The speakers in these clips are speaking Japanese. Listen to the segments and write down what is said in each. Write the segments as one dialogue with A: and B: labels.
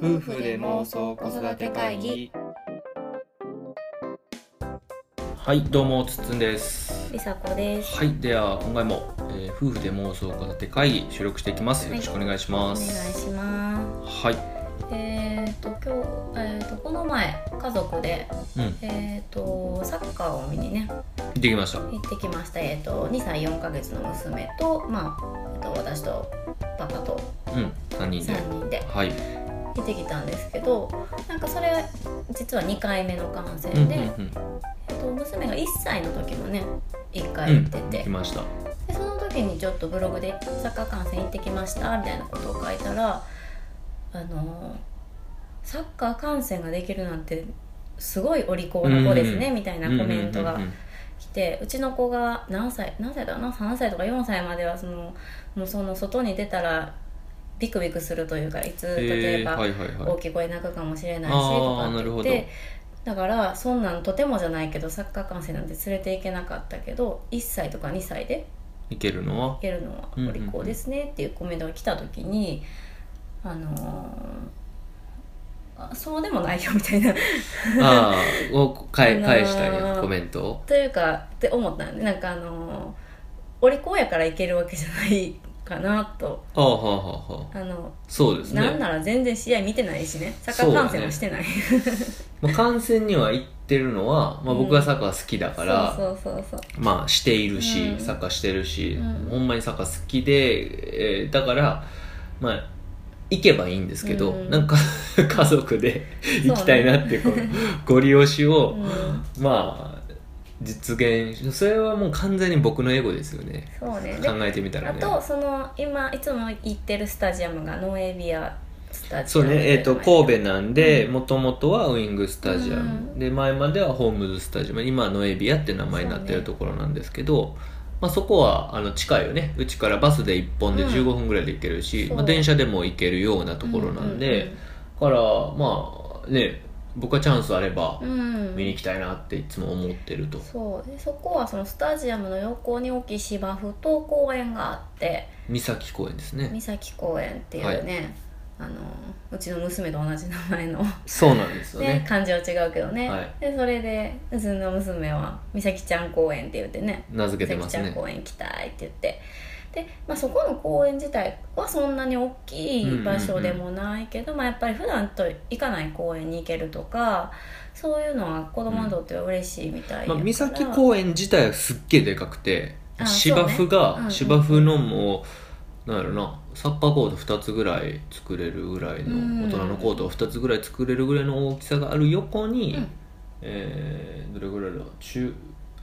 A: 夫婦で妄想子育て会議
B: はいどうもつっつんです
A: りさこです
B: はいでは今回も、えー夫婦で妄想子育て会議収録していきますよろしくお願いし
A: お
B: ま
A: 願い
B: す
A: しま
B: はい、
A: すえっ、と今日、えー、とこの前家族で、
B: うん
A: えっとサッカーを見にね
B: できました
A: 行ってきました、えー、と2歳4ヶ月の娘と,、まあ、えーと私とパパと
B: うん三人で
A: 3人で
B: はい
A: 行ってきたんですけどなんかそれ実は2回目の観戦
B: うんうん
A: で、
B: うん
A: えーと娘が1歳の時もね1
B: う
A: 回行
B: ん
A: ってて、
B: できました
A: でその時にちょっとブログでサッカー観戦行ってきましたみたいなことを書いたらあのーサッカー観戦ができるなんてすごいお利口な子ですね、
B: う
A: みたいなコメント
B: う
A: が
B: んうんうん
A: 来てうちの子が何歳何歳だろうな3歳とか4歳まではそのもうその外に出たらビクビクするというかいつ
B: うん
A: 例え
B: へー
A: ば
B: はいはい
A: 大
B: はい
A: きい声泣くかもしれないし
B: あー
A: とか
B: なる
A: って言ってだからそんなんとてもじゃないけどサッカー観戦なんて連れて行けなかったけど1歳とか2歳で
B: いけるのは
A: やるのはお利口ですねっていうコメントが来た時に、あのーあそうでもないよみたいな
B: ああを返
A: あのー
B: 返したいコメントを
A: というかって思ったんでなんかあのーお利口やからいけるわけじゃないかなと
B: ああはあはあはあ
A: あの、
B: そうですね
A: なんなら全然試合見てないしねサッカー観戦もしてない、
B: まあ、観戦には行ってるのは、まあ、僕がサッカー好きだ
A: そ
B: か
A: う
B: ら、
A: そうそうそう
B: まあしているし、
A: うん
B: サッカーしてるし、
A: うん
B: ほんまにサッカー好きで、えーだからまあ行けばいいんですけど、
A: うん
B: なん か家族で行きたいなってこうご利用しを、
A: うん
B: まあ実現しそれはもう完全に僕のエゴですよね
A: そうねで
B: 考えてみたら
A: あ
B: ね
A: とその今いつも行ってるスタジアムがノーエビアスタジアム
B: そうねえー、と神戸なんで
A: う
B: もともとはウイングスタジアム、
A: う
B: で前まではホームズスタジアム今はノエビアって名前になってるところなんですけど、まあ、そこはあの近いよねうちからバスで1本で
A: うん
B: 15分ぐらいで行けるし、
A: そう
B: まあ、電車でも行けるようなところなんで、からまあね僕はチャンスあれば
A: うんうんうん、うん
B: 見に行きたいなっていつも思ってると、
A: そうでそこはそのスタジアムの横に大きい芝生と公園があって
B: 三崎公園ですね
A: 三崎公園っていうね、あのうちの娘と同じ名前の、
B: そうなんですよ
A: ね
B: ね
A: 漢字は違うけどね、
B: はい
A: でそれでうちの娘は「三崎ちゃん公園」って言ってね
B: 名付
A: 「
B: け
A: 三
B: てます
A: 崎ちゃん
B: ね
A: 公園行きたい」って言ってで、まあ、そこの公園自体はそんなに大きい場所でもないけど、まあ、やっぱり普段と行かない公園に行けるとかそういうのは子供にとっては嬉しいみたいや
B: ま
A: から
B: あ、三崎公園自体はすっげえでかくて
A: あ
B: 芝生
A: そうねうん
B: が、
A: うん
B: 芝生のもうなんやろなサッカーコート2つぐらい作れるぐらい
A: うん
B: の大人のコートを2つぐらい作れるぐらいの大きさがある横に、
A: うん
B: えーどれぐらいだろう中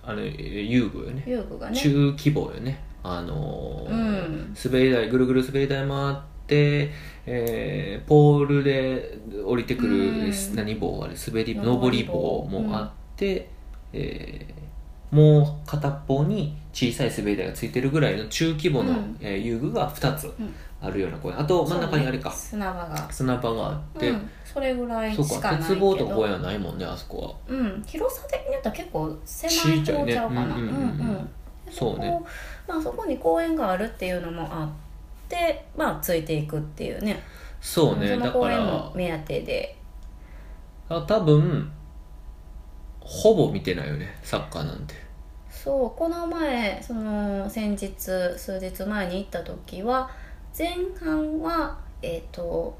B: あのえー遊具よね
A: 遊具がね
B: 中規模よねあのー
A: うん
B: 滑り台ぐるぐる滑り台回って、えーポールで降りてくる、
A: うん
B: 何棒あれ滑り
A: 登
B: 上
A: り
B: り
A: 棒
B: 棒もあって、えーもう片方に小さい滑り台がついてるぐらいの中規模の、
A: うん
B: えー遊具が2つ
A: ん
B: あるような公園あと真ん中にあれか、
A: そうね砂場が
B: 砂場があって、
A: うん、それぐらいし
B: そう
A: か
B: か
A: ないけ
B: 鉄
A: ど
B: 棒と公園はないもんねあそこは。
A: うん、広さ的に言ったら結構狭い方ちゃうかな
B: ちっちゃいね
A: うん
B: うんうんうん
A: うん
B: そうね
A: こまあ、そこに公園があるっていうのもあってまあついていくっていうね
B: そうね
A: の
B: だか
A: 公園
B: ら
A: も目当てで
B: あ多分ほぼ見てないよねサッカーなんて
A: そうこの前その先日数日前に行った時は前半はえっ、と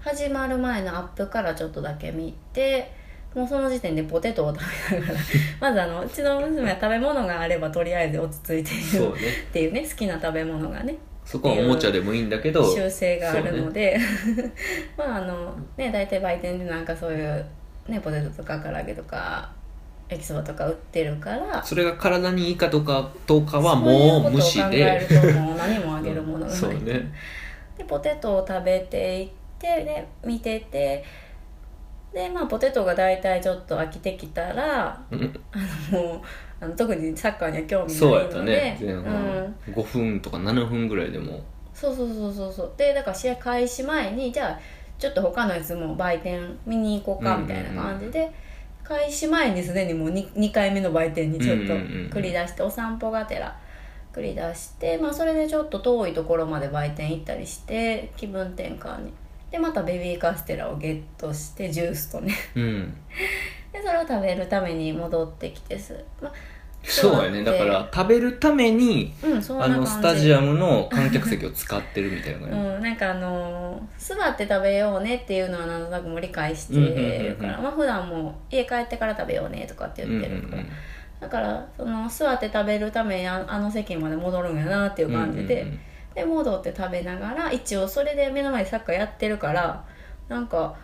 A: 始まる前のアップからちょっとだけ見てもうその時点でポテトを食べながら まずあのうちの娘は食べ物があればとりあえず落ち着いてい
B: そう
A: る
B: ね
A: っていうね好きな食べ物がね
B: そこはおもちゃでもいいんだけど
A: 習性があるので、 まああのね大体売店でなんかそういう、ね、ポテトとか唐揚げとか焼きそばとか売ってるから
B: それが体にいいかとかどうかは
A: そういう
B: もう
A: ことを
B: 無視
A: 考え
B: で
A: るともう何もあげるものがない、
B: そうね
A: でポテトを食べていってで見ててでまあポテトが大体ちょっと飽きてきたら
B: うん
A: もうあの特にサッカーには興味
B: そう
A: な
B: や
A: い
B: った
A: の
B: ね
A: で
B: 前
A: うん
B: 半5分とか7分ぐらいでも
A: そうそうそうそうそうでだから試合開始前にじゃあちょっと他のやつも売店見に行こうか
B: うん
A: み
B: うんう
A: た
B: ん
A: いな感じで、開始前にすでにもう 2, 2回目の売店にちょっと
B: うんうんうんうん
A: 繰り出して、お散歩がてら繰り出して、まあ、それでちょっと遠いところまで売店行ったりして気分転換に。ででまたベビーカステラをゲットしてジュースとね
B: うん
A: でそれを食べるために戻ってきてす、まあ、
B: そうやねだから食べるために
A: うんそんな
B: あ
A: 感じ
B: のスタジアムの観客席を使ってるみたいな
A: う
B: 感
A: ん、なんかあのー座って食べようねっていうのはなんとなくもう理解してるから、
B: うん
A: まあ普段も家帰ってから食べようねとかっ
B: じ、
A: て
B: うんう
A: 言
B: ん、
A: ってるから、だからその座って食べるためにああの席まで戻るんやなっていううん感じで、
B: うんうん
A: で戻って食べながら一応それで目の前でサッカーやってるからなんか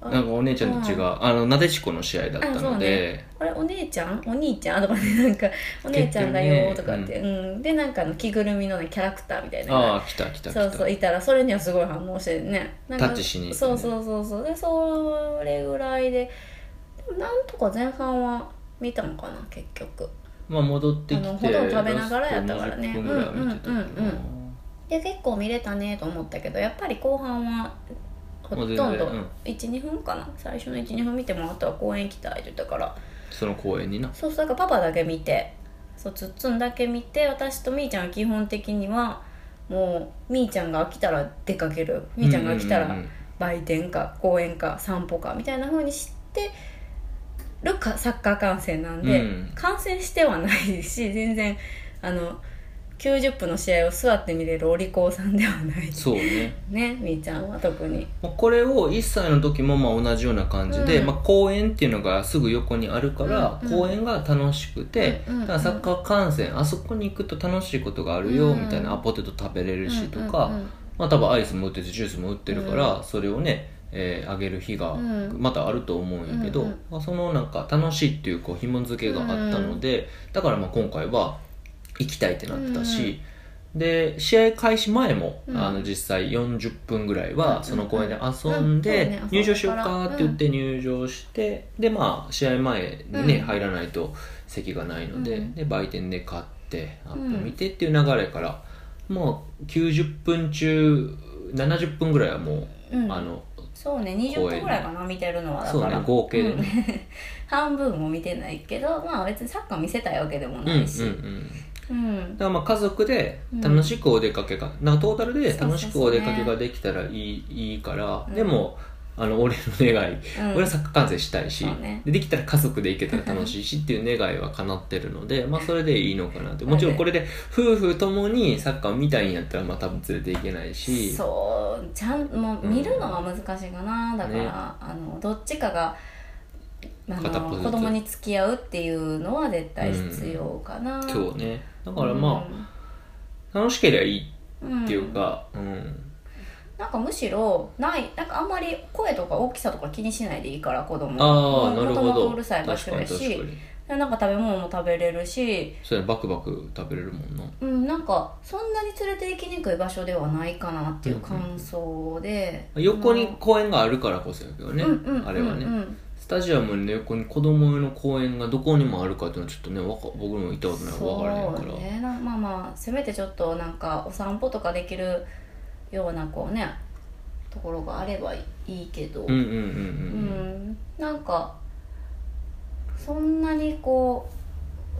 B: うんなんかお姉ちゃんたちが、あのなでしこの試合だった
A: あそう
B: ので
A: ねあれお姉ちゃんお兄ちゃんとかねなんかお姉ちゃんだよとかって、うんでなんかあの着ぐるみの、ね、キャラクターみたいなのが
B: ああ来た来た来
A: そ
B: た
A: うそういたらそれにはすごい反応してねなんか
B: タッチしに行って
A: そ
B: ね
A: うそうそうそうでそれぐらいででもなんとか前半は見たのかな結局
B: まあ戻ってき
A: あ
B: て
A: のほとんど食べながらやったからね
B: ラスト20分ぐらいは見てたけどな
A: うんうんうんうんで結構見れたねと思ったけどやっぱり後半はほとんど
B: もう全然うん
A: 12分かな最初の12分見てもあとは公園行きたいって言ったから
B: その公園にな
A: そうそうだからパパだけ見てそうつっつんだけ見て私とみーちゃんは基本的にはもうみーちゃんが飽きたら出かけるみーちゃんが来たら
B: うう
A: 売店か公園か散歩かみたいな風にしてるかサッカー観戦なんで、
B: うん
A: 観戦してはないし全然あの90分の試合を座って見れるお利口さんではない
B: そうね
A: ねみーちゃんは特に
B: まあこれを1歳の時もまあ同じような感じで、
A: うん
B: まあ、公園っていうのがすぐ横にあるから、
A: うんうん
B: 公園が楽しくて、
A: うんうん
B: だからサッカー観戦あそこに行くと楽しいことがあるよ
A: うん
B: みたいな、あポテト食べれるしとか、
A: うんうんうん
B: まあ、多分アイスも売っててジュースも売ってるから、それをね、えーあげる日が
A: うん
B: またあると思うんやけど、
A: うんうん
B: まあ、そのなんか楽しいっていうこう紐付けがあったので、だからまあ今回は行きたいってなってたし、で試合開始前も、
A: うん
B: あの実際40分ぐらい
A: うん
B: はその公園で遊ん
A: うんそう
B: で
A: ね
B: 入場しようかって言
A: 遊んだからう
B: っ
A: ん
B: て入場して、でまあ試合前にね、
A: うん
B: 入らないと席がないので,、
A: うん
B: で売店で買ってアッ
A: う
B: プ
A: ん
B: 見てっていう流れから。もう90分中70分ぐらいはもう、
A: うん
B: あの
A: そうね20分ぐらいかな見てるのはだ
B: そう
A: から
B: ね合計でね、
A: 半分も見てないけどまあ別にサッカー見せたいわけで
B: う
A: も
B: ん、う
A: なん
B: うん
A: いしうん
B: だからまあ家族で楽しくお出かけが、なんかトータルで楽しくお出かけができたらいい,、いいから、
A: うん
B: でもあの俺の願い、
A: うん
B: 俺はサッカー観戦したいし、
A: そうね
B: でできたら家族で行けたら楽しい しっていう願いは叶ってるので、まあ、それでいいのかなってもちろんこれで夫婦ともにサッカーを見たいんやったらまあ多分連れていけないし
A: そうちゃんもう
B: うん
A: 見るのは難しいかな、だから、
B: ね
A: あのどっちかがあ
B: 片っ
A: の
B: ぽずつ
A: 子供に付き合うっていうのは絶対必要かな、
B: そうねだからまあ、楽しければいい
A: うん
B: っていう
A: うん
B: か、うん、
A: なんかむしろないなんかあんまり声とか大きさとか気にしないでいいから子供
B: ああ、
A: も
B: なる
A: と
B: ほ
A: も
B: ど
A: とうるさい場所や
B: 確かに確
A: し
B: かに
A: なんか食べ物も食べれるし
B: それバクバク食べれるもんな
A: うんなんかそんなに連れて行きにくい場所ではないかなっていう感想で、
B: 横に公園があるからこそやけどね、
A: うんうんうんうん
B: あれはね、
A: うん
B: スタジアムの横に子供用の公園がどこにもあるかっていうのはちょっとねわか僕も行ったことないから分からへんから
A: そうねなまあまあせめてちょっとなんかお散歩とかできるようなこうねところがあればいいけど
B: うんうんうん
A: う
B: うんうん
A: んなんかそんなにこ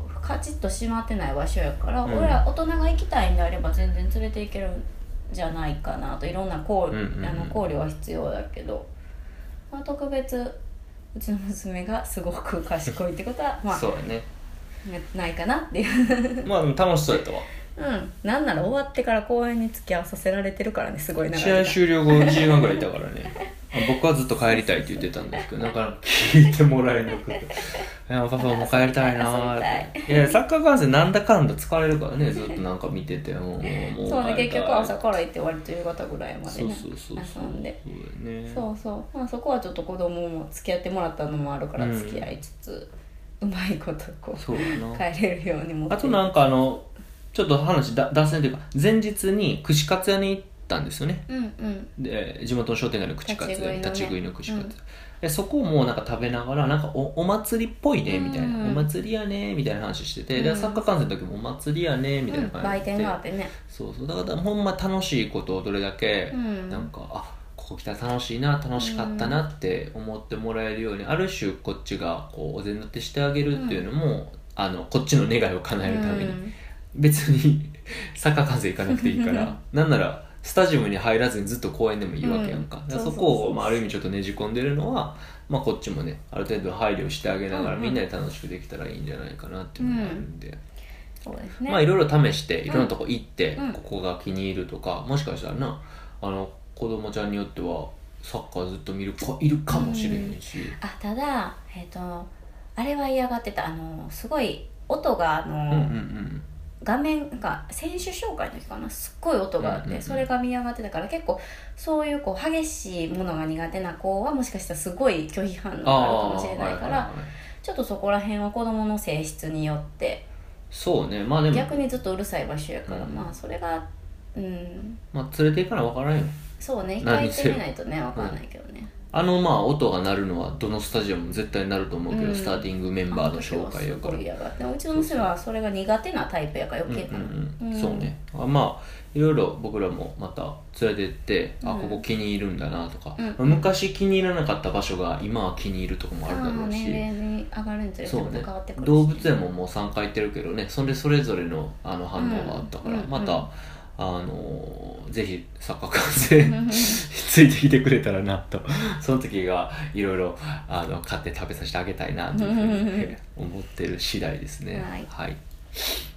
A: うカチッと閉まってない場所やから、
B: うん
A: 俺ら大人が行きたいんであれば全然連れて行けるんじゃないかなといろんな考,、
B: うんうんうん
A: あの考慮は必要だけど、まあ、特別うちの娘がすごく賢いってことはまあ
B: そうやね
A: ないかなっていう
B: まあでも楽しそうやっ たわ
A: うん、なんなら終わってから公園に付き合わさせられてるからねすごい長い
B: 試合終了後1時間ぐらいいたからね あ僕はずっと帰りたいって言ってたんですけどなかなか聞いてもらえなくて「いやパパもう帰りたいな」っていやサッカー観戦なんだかんだ疲れるからねずっとなんか見ててもうもうもう
A: そうね
B: 帰り
A: 結
B: たい
A: 局朝から行って割と夕方ぐらいまで
B: そう
A: ね
B: そうそうそう
A: 遊んで
B: そうやね
A: そうそうまあそこはちょっと子供も付き合ってもらったのもあるから
B: うん
A: 付き合いつつ、うまいことこう
B: そうやな
A: 帰れるようにも
B: あとなんかあのちょっと話だ脱線というか前日に串カツ屋に行ったんですよね
A: うんうん
B: で地元の商店街の口カツ屋
A: 立
B: 立
A: ち
B: ち
A: 食
B: 食
A: い
B: い
A: の
B: の
A: ね
B: 口カツ、でそこもなんか食べながらなんかおお祭りっぽいねみたいな、
A: うん
B: お祭りやねみたいな話してて、
A: う
B: で
A: ん
B: サッカー観戦の時もお祭りやねみたいな
A: うん
B: 感
A: 売
B: じで、
A: 店があってね
B: そうそうだからほんま楽しいことをどれだけ、
A: うん
B: なんかあここ来たら楽しいな楽しかったなって思ってもらえるように、ある種こっちがこうお膳立てしてあげるっていうのも、あのこっちの願いを叶えるために、
A: うん
B: 別にサッカー観戦行かなくていいからなんならスタジアムに入らずにずっと公園でもいいわけやんか,、
A: うん
B: だからそう
A: そそう
B: こ
A: そう
B: を、まあ、ある意味ちょっとねじ込んでるのは、まあ、こっちもねある程度配慮してあげながら、
A: うんうん
B: みんなで楽しくできたらいいんじゃないかなっていうのがあるんで、
A: そうですね、
B: まあいろいろ試していろんなとこ行って、
A: うん
B: ここが気に入るとかもしかしたらなあの子供ちゃんによってはサッカーずっと見る子いるかもしれんし、
A: あただえっ、とあれは嫌がってたあのすごい音があ
B: う
A: の、
B: ん、うんうん
A: 画面が選手紹介の時かなすっごい音があって、
B: うんうんうん
A: それが見上がってたから結構そういうこう激しいものが苦手な子はもしかしたらすごい拒否反応があるかもしれないから、
B: はいはいはい
A: ちょっとそこら辺は子どもの性質によって
B: そうねまあでも
A: 逆にずっとうるさい場所やから、
B: うん
A: まあそれがうん
B: まあ、連れていかな分からんよ
A: そうね一回
B: 何
A: 行っ
B: せ
A: てみないとねわかんないけどね、
B: あのまあ音が鳴るのはどのスタジアムも絶対鳴ると思うけど、
A: うん
B: スターティングメンバーの紹介やか
A: あの時はすご
B: ら
A: い嫌がってうちの娘はそれが苦手なタイプやから
B: うん
A: 余計かな、
B: うんう、
A: うんん
B: そうねあまあいろいろ僕らもまた連れてって、あ
A: うん
B: ここ気に入るんだなとか、
A: うん
B: まあ昔気に入らなかった場所が今は気に入るとこもあるだろうし、
A: 年齢に上がるにつれて
B: そう
A: も
B: ね
A: 変わってくるし
B: 動物園ももう3回行ってるけどねそれそれぞれのあの反応があったから、
A: うんうん
B: ま
A: うん
B: たあのーぜひサッカー観戦 ついてきてくれたらなとその時がいろいろあの買って食べさせてあげたいなというふうに思ってる次第ですね。
A: はい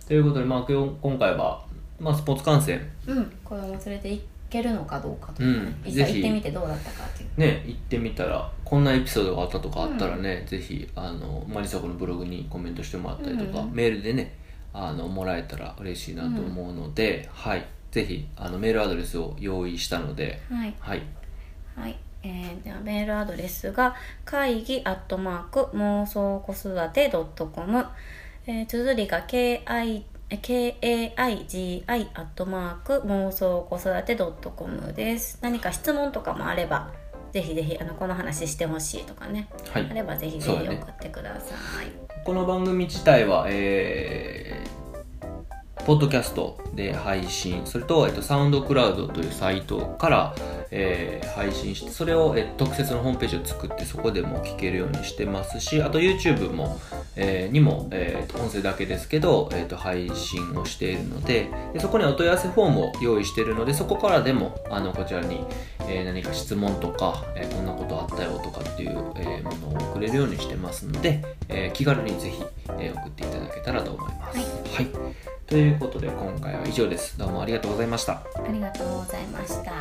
B: ということで、まあ、今日今回は、まあ、スポーツ観戦、
A: うん子供連れて行けるのかどうかとか、
B: うん
A: い
B: ぜ
A: ざ
B: ひ
A: 行ってみてどうだったかっていう
B: ね、行ってみたらこんなエピソードがあったとかあったらね、ぜひあのマリサ子のブログにコメントしてもらったりとか、
A: うん
B: メールでねあのもらえたら嬉しいなと思うので、はいぜひあのメールアドレスを用意したので
A: はい、
B: はい
A: はいえー、ではメールアドレスが会議アットマーク妄想子育て .com、えー、綴りが KI kaigi アットマーク妄想子育て .com です何か質問とかもあればぜひぜひあのこの話してほしいとかね
B: は
A: あ
B: い
A: ればぜひぜ
B: そう
A: ひ
B: だ
A: 送
B: ね
A: ってください、
B: この番組自体はえーポッドキャストで配信それと、えっと、サウンドクラウドというサイトから、えー配信してそれを、えー特設のホームページを作ってそこでも聞けるようにしてますしあと YouTube も、えーにも、えー音声だけですけど、えーと配信をしているのででそこにお問い合わせフォームを用意しているのでそこからでもあのこちらに、えー何か質問とか、えーこんなことあったよとかっていう、えーものを送れるようにしてますので、えー気軽にぜひ、えー送っていただけたらと思います。はい、ということで今回は以上です。どうもありがとうございました。
A: ありがとうございました